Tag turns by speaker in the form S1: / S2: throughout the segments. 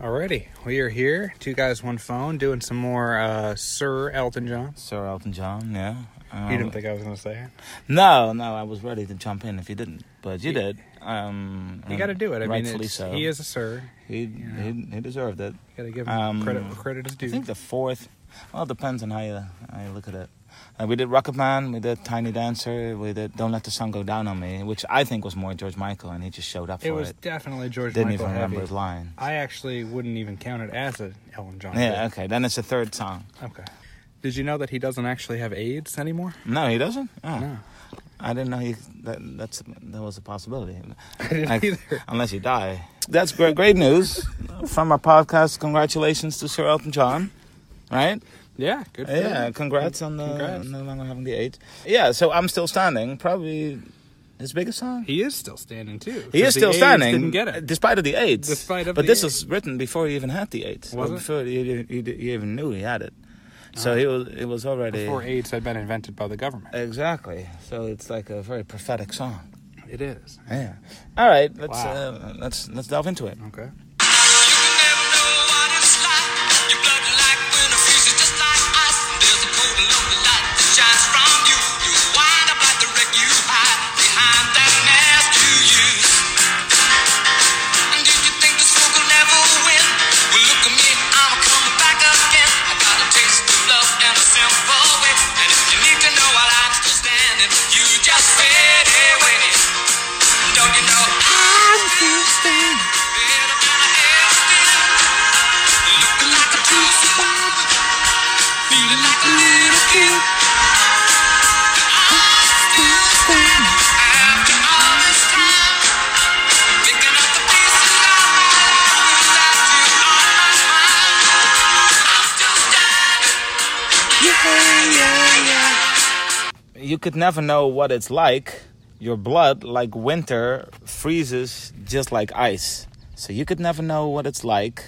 S1: Alrighty, we are here, two guys, one phone, doing some more uh, Sir Elton John.
S2: Sir Elton John, yeah. Um,
S1: You didn't think I was gonna say it?
S2: No, no, I was ready to jump in if you didn't, but you
S1: You-
S2: did. Um,
S1: You got to do it. I mean,
S2: rightfully
S1: it's,
S2: so.
S1: he is a Sir.
S2: He,
S1: yeah.
S2: he, he deserved it.
S1: You got to give him
S2: Um,
S1: credit where credit is due.
S2: I think the fourth. Well, it depends on how you, how you look at it. Uh, we did Rocket Man, we did Tiny Dancer, we did Don't Let the Sun Go Down on Me, which I think was more George Michael, and he just showed up
S1: it
S2: for
S1: was
S2: it.
S1: definitely George
S2: Didn't
S1: Michael
S2: even remember
S1: heavy.
S2: his line.
S1: I actually wouldn't even count it as a Elton John.
S2: Yeah, okay. Then it's the third song.
S1: hit. Okay. Did you know that he doesn't actually have AIDS anymore?
S2: No, he doesn't. Oh.
S1: No.
S2: I didn't know he, that that's that was a possibility.
S1: I didn't
S2: Like,
S1: either.
S2: Unless you die. That's great, great news from our podcast. Congratulations to Sir Elton John. Right?
S1: Yeah. Good. for
S2: Yeah.
S1: him.
S2: Congrats on the
S1: Congrats.
S2: no longer having the AIDS. Yeah. So I'm still standing. Probably his biggest song.
S1: He is still standing too.
S2: He
S1: because
S2: is
S1: the
S2: still
S1: AIDS
S2: standing,
S1: Didn't get it.
S2: despite of the AIDS.
S1: Despite of
S2: but
S1: the
S2: this
S1: AIDS.
S2: was written before he even had the AIDS.
S1: Was it? Uh-huh.
S2: before he, he, he even knew he had it. So he was it was already
S1: Before AIDS had been invented by the government.
S2: exactly. So it's like a very prophetic song.
S1: It is.
S2: Yeah. All right. Let's
S1: Wow.
S2: uh, let's let's delve into it.
S1: Okay.
S3: Just fade away. Don't you know I'm still standing? Better than I ever did. Looking like a true survivor. Feeling like a little kid. I'm still standing. After all this time, picking up the pieces of my life without you on my mind. I'm still standing. Yeah, yeah, yeah.
S2: You could never know what it's like. Your blood, like winter, freezes just like ice. So you could never know what it's like.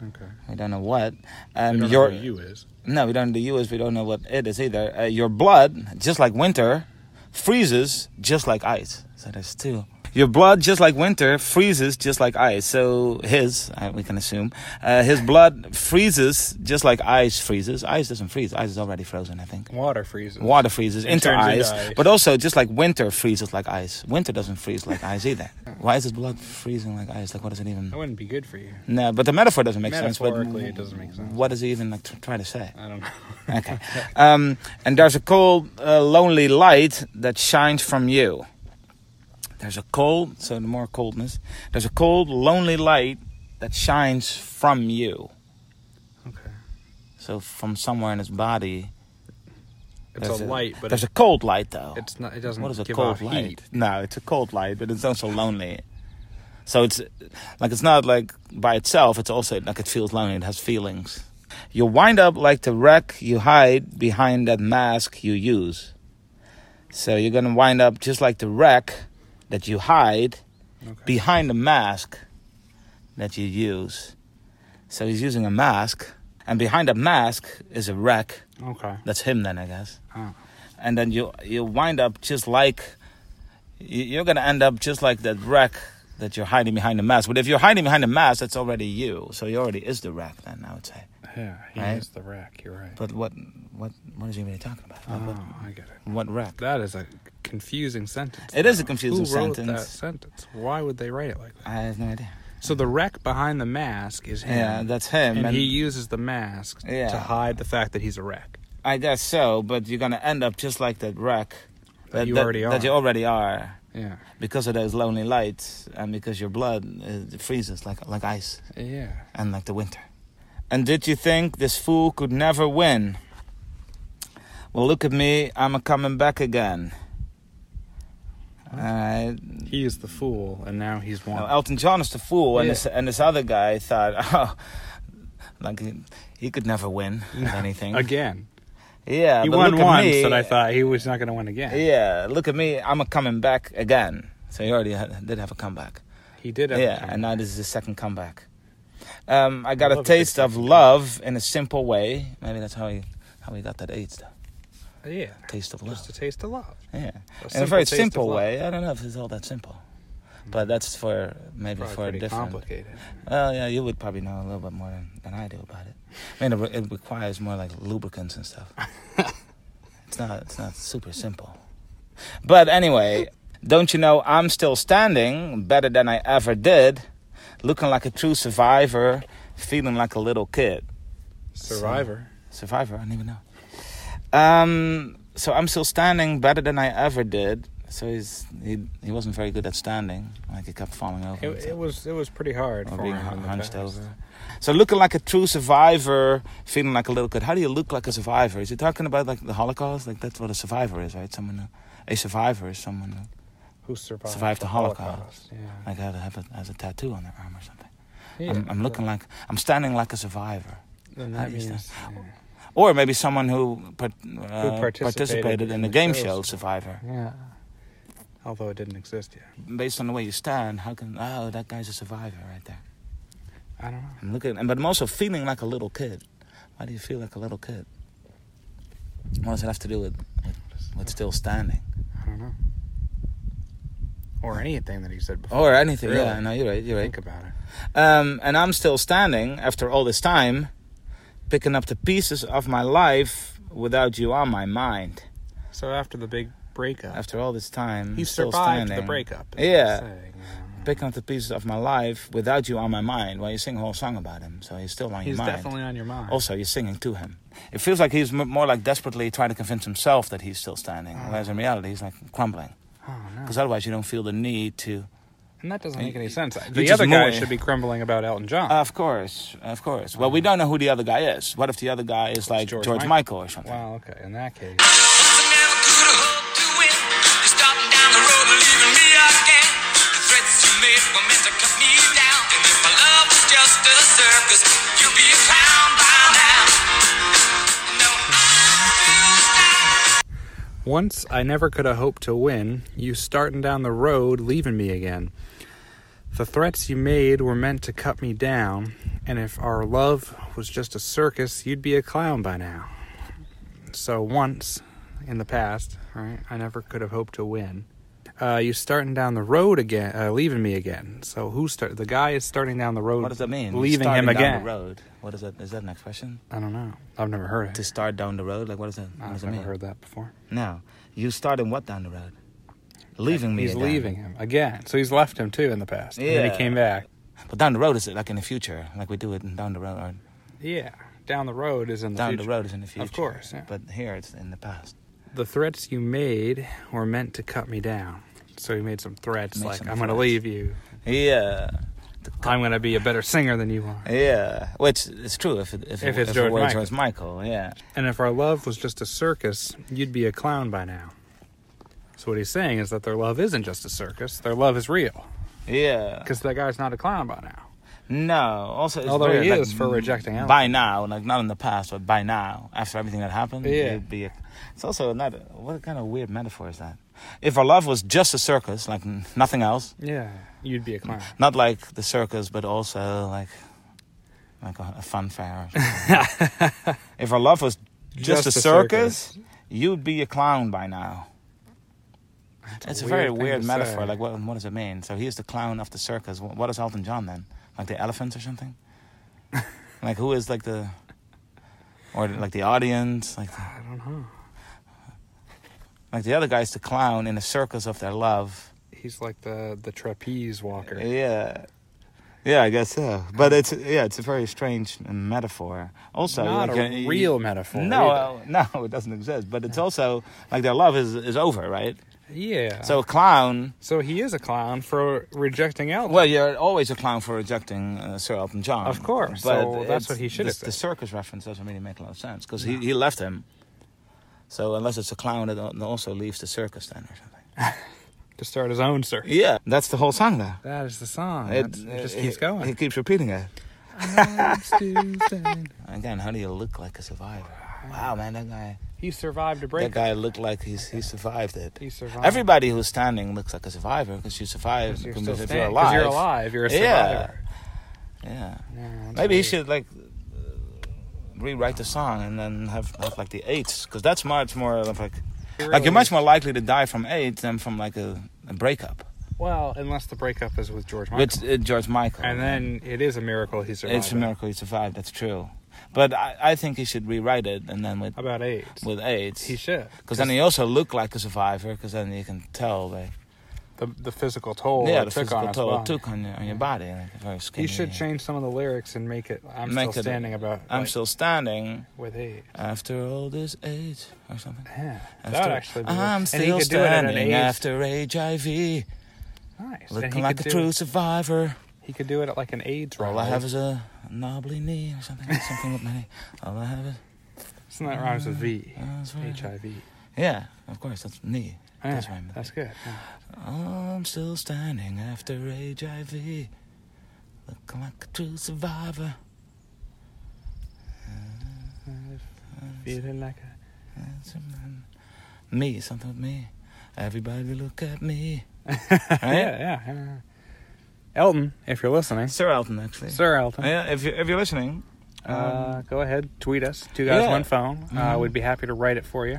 S1: Okay.
S2: We don't know what. Um,
S1: I don't
S2: your
S1: know who you is.
S2: no, we don't know the U.S. We don't know what it is either. Uh, your blood, just like winter, freezes just like ice. So there's two. Your blood, just like winter, freezes just like ice. So his, uh, we can assume, uh, his blood freezes just like ice freezes. Ice doesn't freeze. Ice is already frozen, I think.
S1: Water freezes.
S2: Water freezes into
S1: turns
S2: ice,
S1: into ice.
S2: but also just like winter freezes like ice. Winter doesn't freeze like ice either. Why is his blood freezing like ice? Like, what does it even?
S1: That wouldn't be good for you.
S2: No, but the metaphor doesn't make sense. but
S1: Metaphorically, it doesn't make sense.
S2: What does he even like tr- try to say?
S1: I don't know.
S2: Okay. Um, and there's a cold, uh, lonely light that shines from you. There's a cold, so the more coldness. There's a cold, lonely light that shines from you.
S1: Okay.
S2: So from somewhere in his body.
S1: It's
S2: there's
S1: a light, but
S2: there's
S1: it,
S2: a cold light though.
S1: it's not. It doesn't.
S2: what is a
S1: give
S2: cold
S1: off
S2: light?
S1: Heat.
S2: No, it's a cold light, but it's also lonely. So it's like it's not like by itself. It's also like it feels lonely. It has feelings. You wind up like the wreck you hide behind that mask you use. So you're gonna wind up just like the wreck that you hide
S1: Okay.
S2: behind the mask that you use. So he's using a mask, and behind that mask is a wreck.
S1: okay.
S2: That's him then, I guess
S1: Oh.
S2: and then you you wind up just like you- you're gonna end up just like that wreck that you're hiding behind the mask. But if you're hiding behind the mask, that's already you. So you already is the wreck. Then I would say.
S1: Yeah. He
S2: Right?
S1: is the rack. You're right.
S2: But uh, what what what is he really talking about?
S1: oh,
S2: What,
S1: I get it.
S2: what wreck?
S1: That is a confusing sentence.
S2: It is a
S1: though.
S2: confusing
S1: Who wrote
S2: sentence.
S1: that sentence? Why would they write it like that?
S2: I have no idea.
S1: So the wreck behind the mask is him.
S2: Yeah, that's him.
S1: and,
S2: and-
S1: he uses the mask
S2: Yeah.
S1: to hide the fact that he's a wreck.
S2: I guess so. But you're gonna end up just like that wreck
S1: That you already
S2: That
S1: are.
S2: you already are.
S1: Yeah.
S2: Because of those lonely lights, and because your blood uh, freezes like like ice.
S1: Yeah.
S2: and like the winter. And did you think this fool could never win? Well, look at me, I'm a coming back again. Uh,
S1: He is the fool, and now he's one.
S2: now Elton John is the fool, and
S1: Yeah.
S2: this and this other guy thought, oh, like he, he could never win at anything.
S1: again.
S2: Yeah,
S1: he
S2: but
S1: won
S2: look at
S1: once,
S2: me,
S1: and I thought he was not going to win again.
S2: Yeah, look at me, I'm a coming back again. So he already had, did have a comeback.
S1: He did. Have a
S2: yeah,
S1: comeback.
S2: and now this is the second comeback. Um, I got
S1: I
S2: a
S1: love
S2: taste
S1: this
S2: of
S1: second
S2: love in a simple way. Maybe that's how he how he got that AIDS. Though.
S1: yeah,
S2: Taste of love.
S1: just a taste of love.
S2: Yeah, in a
S1: simple
S2: very
S1: taste of
S2: simple
S1: love.
S2: way. I don't know if it's all that simple, But that's for maybe
S1: Probably
S2: for a
S1: pretty
S2: different.
S1: complicated.
S2: Well, Oh, yeah, you would probably know a little bit more than, than I do about it. I mean, it, re- it requires more like lubricants and stuff. it's not. It's not super simple. But anyway, don't you know I'm still standing, better than I ever did, looking like a true survivor, feeling like a little kid.
S1: Survivor.
S2: Survivor, I don't even know. Um, so I'm still standing better than I ever did. So he's he, he wasn't very good at standing. Like he kept falling over.
S1: It,
S2: and stuff.
S1: it was it was pretty hard
S2: Or
S1: for
S2: being
S1: him
S2: hun-
S1: in the
S2: hunched
S1: past.
S2: over. So looking like a true survivor, feeling like a little kid. How do you look like a survivor? Is he talking about like the Holocaust? Like that's what a survivor is, right? Someone, who, a survivor is someone who
S1: Who survived,
S2: Survived the Holocaust.
S1: Yeah.
S2: like had a- have a, has a tattoo on their arm or something.
S1: Yeah,
S2: I'm, I'm looking like I'm standing like a survivor,
S1: Then
S2: I
S1: that means,
S2: understand.
S1: yeah.
S2: or maybe someone who, part, uh, participated,
S1: participated
S2: in,
S1: in
S2: the
S1: the
S2: game
S1: show.
S2: show Survivor.
S1: Yeah. Although it didn't exist yet.
S2: Based on the way you stand, how can oh that guy's a survivor right there?
S1: I don't know.
S2: I'm looking, and but I'm also feeling like a little kid. Why do you feel like a little kid? What does it have to do with with still standing
S1: I don't know. Or anything that he said before.
S2: or anything?
S1: Really?
S2: Yeah, no, you're right. You're right.
S1: Think about it.
S2: Um, and I'm still standing after all this time, picking up the pieces of my life without you on my mind.
S1: So after the big breakup,
S2: After all this time,
S1: he
S2: still
S1: survived
S2: standing.
S1: the breakup. is what
S2: Yeah.
S1: I'm saying, yeah.
S2: Picking up the pieces of my life without you on my mind. Well, you sing a whole song about him, so he's still on
S1: He's
S2: your mind. Oh.
S1: definitely on your mind.
S2: Also, you're singing to him. It feels like he's m- more like desperately trying to convince himself that he's still standing,
S1: Uh-huh.
S2: whereas in reality, he's like crumbling.
S1: oh, no.
S2: Because otherwise, you don't feel the need to.
S1: And that doesn't
S2: You-
S1: make any sense.
S2: you
S1: The
S2: just
S1: other guy
S2: mourn.
S1: should be crumbling about Elton John.
S2: Of course, of course. Well, we don't know who the other guy is. What if the other guy is like George,
S1: George Michael.
S2: Michael. or something?
S1: wow, okay. In that case,
S3: never could have hoped to win. You're starting down the road, leaving me again. The threats you made were meant to cut me down. And if my love was just a circus, you'd be a clown
S1: once I never could
S3: by now. No,
S1: have hoped to win, you starting down the road, leaving me again. The threats you made were meant to cut me down, and if our love was just a circus, you'd be a clown by now. So once in the past, right, I never could have hoped to win. Uh, you starting down the road again, uh, leaving me again. So who start? The guy is starting down the road.
S2: What does that mean?
S1: Leaving
S2: Starting
S1: him
S2: down
S1: again.
S2: the road. What is that? Is that an expression?
S1: I don't know. I've never heard it.
S2: To start down the road? Like what is that? What
S1: I've
S2: does it
S1: never
S2: mean?
S1: heard that before.
S2: No, you starting what down the road? Leaving me.
S1: He's
S2: again.
S1: leaving him again. So he's left him too in the past. And then
S2: Yeah.
S1: he came back.
S2: But down the road is it like in the future? Like we do it in down the road. Or
S1: Yeah. Down the road is in the
S2: down the
S1: future.
S2: road is in the future.
S1: Of course. yeah.
S2: But here it's in the past.
S1: The threats you made were meant to cut me down. So he made some threats
S2: Made
S1: like,
S2: some
S1: I'm going to
S2: threats.
S1: leave you.
S2: Yeah.
S1: I'm going to be a better singer than you are.
S2: Yeah, which is true if it, if,
S1: If
S2: it,
S1: it's
S2: if it
S1: George
S2: were
S1: Michael.
S2: George Michael, yeah.
S1: And if our love was just a circus, you'd be a clown by now. So what he's saying is that their love isn't just a circus. Their love is real.
S2: Yeah.
S1: Because that guy's not a clown by now.
S2: No. Also, it's
S1: Although
S2: very,
S1: he
S2: like,
S1: is for rejecting Ellen.
S2: By now, like not in the past, but by now, after everything that happened,
S1: Yeah.
S2: you'd be. A, it's also not. What kind of weird metaphor is that? If our love was just a circus, like n- nothing else,
S1: Yeah. You'd be a clown.
S2: not like the circus, but also like, like a, a fun fair. Or something. if our love was just, a, circus, you'd be a clown by now. It's a,
S1: a
S2: very
S1: weird thing
S2: weird
S1: to
S2: metaphor.
S1: say.
S2: Like, what, what does it mean? So he's the clown of the circus. Wh- What is Elton John then? Like the elephants or something? like who is like the, or like the audience? Like the,
S1: I don't know.
S2: like the other guy's the clown in the circus of their love.
S1: He's like the the trapeze walker.
S2: Yeah. Yeah, I guess so. But it's yeah, it's a very strange metaphor. Also,
S1: Not
S2: like,
S1: a
S2: uh, you-
S1: real metaphor.
S2: No,
S1: either.
S2: uh, no, it doesn't exist. But it's also like their love is is over, right?
S1: yeah.
S2: So a clown.
S1: so he is a clown for rejecting Elton.
S2: Well, you're always a clown for rejecting uh, Sir Elton John.
S1: Of course, so that's
S2: it's-
S1: what he should
S2: the,
S1: have
S2: The
S1: said.
S2: circus reference doesn't really make a lot of sense because he, he left him. So unless it's a clown that al- also leaves the circus, then or something.
S1: to start his own circus.
S2: Yeah, that's the whole song though.
S1: That is the song.
S2: It,
S1: It, just
S2: uh,
S1: keeps
S2: he-
S1: going.
S2: He keeps repeating it.
S1: I'm Susan.
S2: Again, how do you look like a survivor? Wow, man, that guy.
S1: he survived a
S2: That
S1: break.
S2: guy looked like he's he survived it.
S1: He survived.
S2: Everybody who's standing looks like a survivor because you survived.
S1: You're
S2: because
S1: still
S2: if
S1: standing, 'cause
S2: alive,
S1: you're alive. You're a
S2: Yeah.
S1: survivor.
S2: Yeah.
S1: Yeah, that's
S2: Maybe he
S1: weird.
S2: should like uh, rewrite the song and then have, have like the eights, because that's much more of like like you're much more likely to die from AIDS than from like a, a breakup.
S1: Well, unless the breakup is with George Michael.
S2: with uh, George Michael.
S1: and then it is a miracle he survived.
S2: it's a miracle he survived. That's true. But I, I think he should rewrite it and then with
S1: How about eight?
S2: with AIDS.
S1: He should.
S2: Because then he also looked like a survivor. Because then you can tell they
S1: the, the physical toll
S2: yeah
S1: it
S2: the
S1: took on
S2: physical
S1: us
S2: toll
S1: well.
S2: it took on your, on your body. Like very skinny.
S1: He should change some of the lyrics and make it I'm
S2: Make
S1: still
S2: it-
S1: standing about
S2: I'm
S1: like,
S2: still standing
S1: with eight.
S2: after all this AIDS or something.
S1: Yeah. that would
S2: I'm still-
S1: actually be and
S2: I'm
S1: he
S2: still
S1: could do it at an
S2: standing
S1: age
S2: after HIV,
S1: nice. and he
S2: looking like a
S1: could do,
S2: true survivor.
S1: He could do it at like an AIDS rally.
S2: All I have is a knobbly knee or something, something with my knee. All I have is
S1: Isn't that rhymes with V?
S2: uh, that's right.
S1: HIV.
S2: Yeah, of course, that's knee.
S1: Yeah,
S2: That's rhyme with
S1: That's good. yeah.
S2: I'm still standing after HIV, looking like a true survivor.
S1: Feeling like a
S2: Me, something with me. Everybody look at me.
S1: yeah, yeah, yeah, yeah. Elton, if you're listening,
S2: Sir Elton, actually.
S1: Sir Elton,
S2: Yeah, if you're, if you're listening.
S1: uh, go ahead, tweet us. Two guys,
S2: Um, yeah.
S1: one phone. Uh,
S2: Mhm.
S1: we'd be happy to write it for you.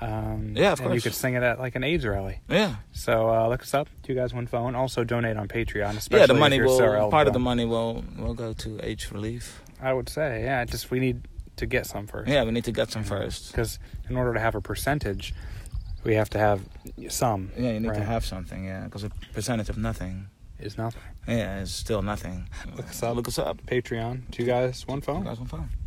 S1: Um,
S2: Yeah, of
S1: and You
S2: course.
S1: could sing it at like an AIDS rally.
S2: Yeah,
S1: So uh, look us up, two guys, one phone. Also donate on Patreon, especially
S2: yeah. The
S1: if
S2: money
S1: you're
S2: will
S1: Sir Elton.
S2: part of the money will will go to AIDS relief.
S1: I would say, yeah. Just we need to get some first.
S2: Yeah, we need to get some first.
S1: Because in order to have a percentage, we have to have some.
S2: Yeah, you need to
S1: right?
S2: have something. Yeah, because a percentage of nothing.
S1: is nothing.
S2: Yeah, is still nothing.
S1: Look us up. Oh.
S2: Look us up.
S1: Patreon, two guys, one phone.
S2: Guys on phone.